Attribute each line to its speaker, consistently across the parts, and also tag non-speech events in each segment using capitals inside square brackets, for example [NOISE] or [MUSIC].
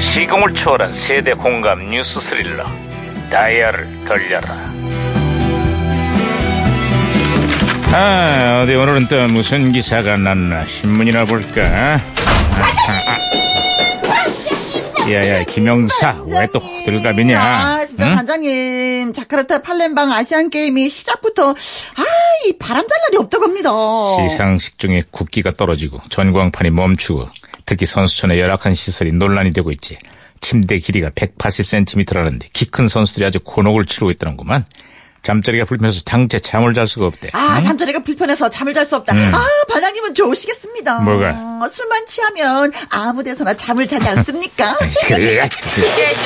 Speaker 1: 시공을 초월한 세대 공감 뉴스 스릴러 다이얼을 돌려라 아 어디 오늘은 또 무슨 기사가 났나 신문이나 볼까 아, 아. 야야 네, 김영사 왜 또 호들갑이냐
Speaker 2: 아, 진짜
Speaker 1: 응?
Speaker 2: 반장님. 자카르타 팔렘방 아시안 게임이 시작부터 아, 이 바람잘 날이 없다고 합니다.
Speaker 1: 어. 시상식 중에 국기가 떨어지고 전광판이 멈추고 특히 선수촌의 열악한 시설이 논란이 되고 있지. 침대 길이가 180cm라는데 키 큰 선수들이 아주 곤혹을 치르고 있더는구만. 잠자리가 불편해서 당체 잠을 잘 수가 없대.
Speaker 2: 아, 잠자리가 불편해서 잠을 잘 수 없다. 아, 반장님은 좋으시겠습니다.
Speaker 1: 뭐가?
Speaker 2: 어, 술만 취하면 아무 데서나 잠을 자지
Speaker 1: [LAUGHS]
Speaker 2: 않습니까?
Speaker 3: 예,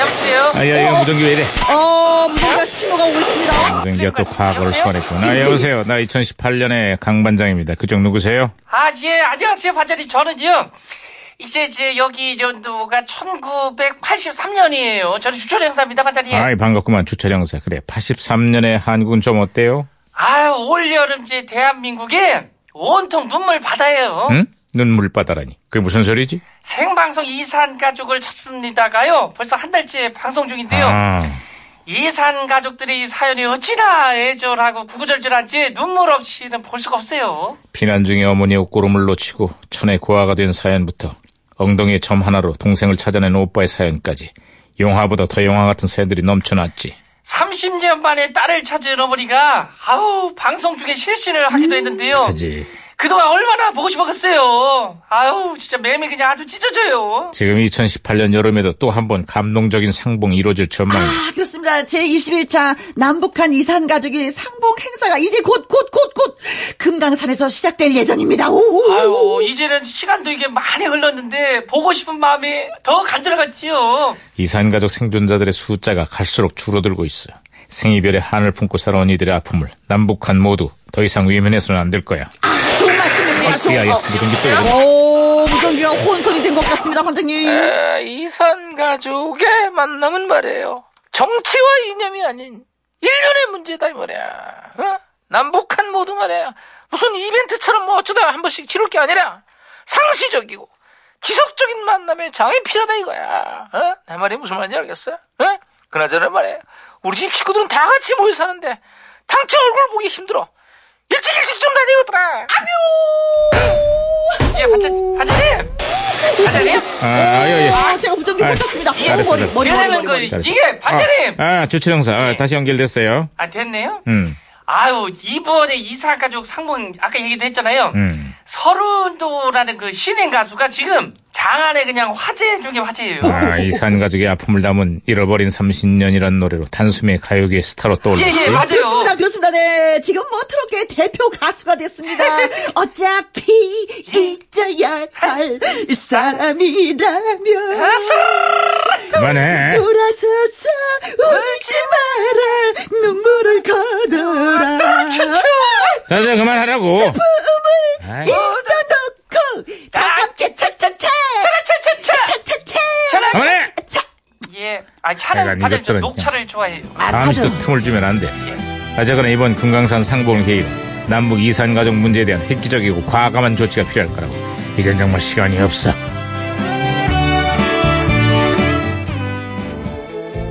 Speaker 3: 여보세요?
Speaker 1: 아야 이거 무전기 왜 이래?
Speaker 2: 어, 뭔가 신호가 오고 있습니다.
Speaker 1: 무전기가 또 과거를 소환했구나. 아, 여보세요. 나 2018년의 강 반장입니다. 그쪽 누구세요?
Speaker 3: 아, 예, 안녕하세요, 반장님. 저는요, 이제, 이제, 여기 연도가 1983년이에요. 저는 주철 행사입니다, 반장님.
Speaker 1: 아이 반갑구만 주차장사. 그래 83년의 한국은 좀 어때요?
Speaker 3: 아유, 올여름, 이제, 대한민국에 온통 눈물 바다예요.
Speaker 1: 응? 눈물바다라니. 그게 무슨 소리지?
Speaker 3: 생방송 이산 가족을 찾습니다가요, 벌써 한 달째 방송 중인데요.
Speaker 1: 아.
Speaker 3: 이산 가족들의 이 사연이 어찌나 애절하고 구구절절한지 눈물 없이는 볼 수가 없어요.
Speaker 1: 피난 중에 어머니의 옷고름을 놓치고 천의 고아가 된 사연부터 엉덩이에 점 하나로 동생을 찾아낸 오빠의 사연까지 영화보다 더 영화 같은 사연들이 넘쳐났지.
Speaker 3: 30년 만에 딸을 찾은 어머니가 아우 방송 중에 실신을
Speaker 1: 음,
Speaker 3: 하기도 했는데요.
Speaker 1: 하지.
Speaker 3: 그동안 얼마나 보고 싶었겠어요. 아우 진짜 매미 그냥 아주 찢어져요.
Speaker 1: 지금 2018년 여름에도 또 한 번 감동적인 상봉이 이루어질 전망이.
Speaker 2: 아, 그렇습니다. 제21차 남북한 이산 가족의 상봉 행사가 이제 곧, 곧, 곧, 곧 금강산에서 시작될 예정입니다. 오, 오, 오.
Speaker 3: 아유 이제는 시간도 이게 많이 흘렀는데 보고 싶은 마음이 더 간절해갔지요.
Speaker 1: 이산가족 생존자들의 숫자가 갈수록 줄어들고 있어. 생이별의 한을 품고 살아온 이들의 아픔을 남북한 모두 더 이상 외면해서는 안 될 거야.
Speaker 2: 아, 좋은 말씀입니다. 좋은
Speaker 1: 야, 야,
Speaker 2: 어.
Speaker 1: 무전기 또 이러네.
Speaker 2: 오, 무전기가 혼선이 된 것 같습니다, 반장님.
Speaker 3: 이산 가족의 만남은 말이에요. 정치와 이념이 아닌 일련의 문제다 이 말이야. 어? 남북한 모두 말이야. 무슨 이벤트처럼 뭐 어쩌다 한 번씩 치를 게 아니라 상시적이고 지속적인 만남에 장이 필요하다 이거야. 어? 내 말이 무슨 말인지 알겠어? 어? 그나저나 말이야. 우리 집 식구들은 다 같이 모여 사는데 당최 얼굴 보기 힘들어. 일찍 일찍 좀 다니거더라. 아뮤. 예, 반장, 반장님. 반장님.
Speaker 1: 아, 아, 예, 예.
Speaker 2: 아, 제가 무전기
Speaker 1: 아이,
Speaker 2: 꽂혔습니다.
Speaker 1: 잘했어,
Speaker 2: 오, 머리, 머리, 머리, 머리, 머리.
Speaker 1: 잘했어.
Speaker 3: 이게 반장님.
Speaker 1: 아, 아 주최형사 아, 다시 연결됐어요.
Speaker 3: 아 됐네요.
Speaker 1: 음,
Speaker 3: 아유 이번에 이사 가족 상봉 아까 얘기도 했잖아요.
Speaker 1: 음.
Speaker 3: 서른도라는 그 신인 가수가 지금 장안에 그냥 화제 중에 화제예요.
Speaker 1: 아, 이산 가족의 아픔을 담은 잃어버린 30년이란 노래로 단숨에 가요계의 스타로 떠올랐지.
Speaker 3: 예예 맞아요.
Speaker 2: 그렇습니다, 그렇습니다. 네, 지금 뭐 트로트의 대표 가수가 됐습니다. 어차피 잊어야 할 사람이라면
Speaker 1: 그만해.
Speaker 2: 돌아서서
Speaker 3: 네.
Speaker 2: 울지 마라 눈물을
Speaker 3: 아,
Speaker 2: 거둬라
Speaker 1: 자, 자, 그만하라고. 아이,
Speaker 2: 떠놓고 다 함께 차차차
Speaker 3: 차차차차.
Speaker 2: 차차차
Speaker 1: 그만해!
Speaker 2: 차.
Speaker 3: 예. 아 차는
Speaker 1: 내가
Speaker 3: 반장님 저
Speaker 1: 네 이것들은
Speaker 3: 녹차를 좋아해요.
Speaker 2: 아,
Speaker 1: 잠시 또
Speaker 2: 맞아.
Speaker 1: 틈을 주면 안 돼. 하자거나 이번 금강산 상봉 회의로 남북 이산 가족 문제에 대한 획기적이고 과감한 조치가 필요할 거라고. 이젠 정말 시간이 없어.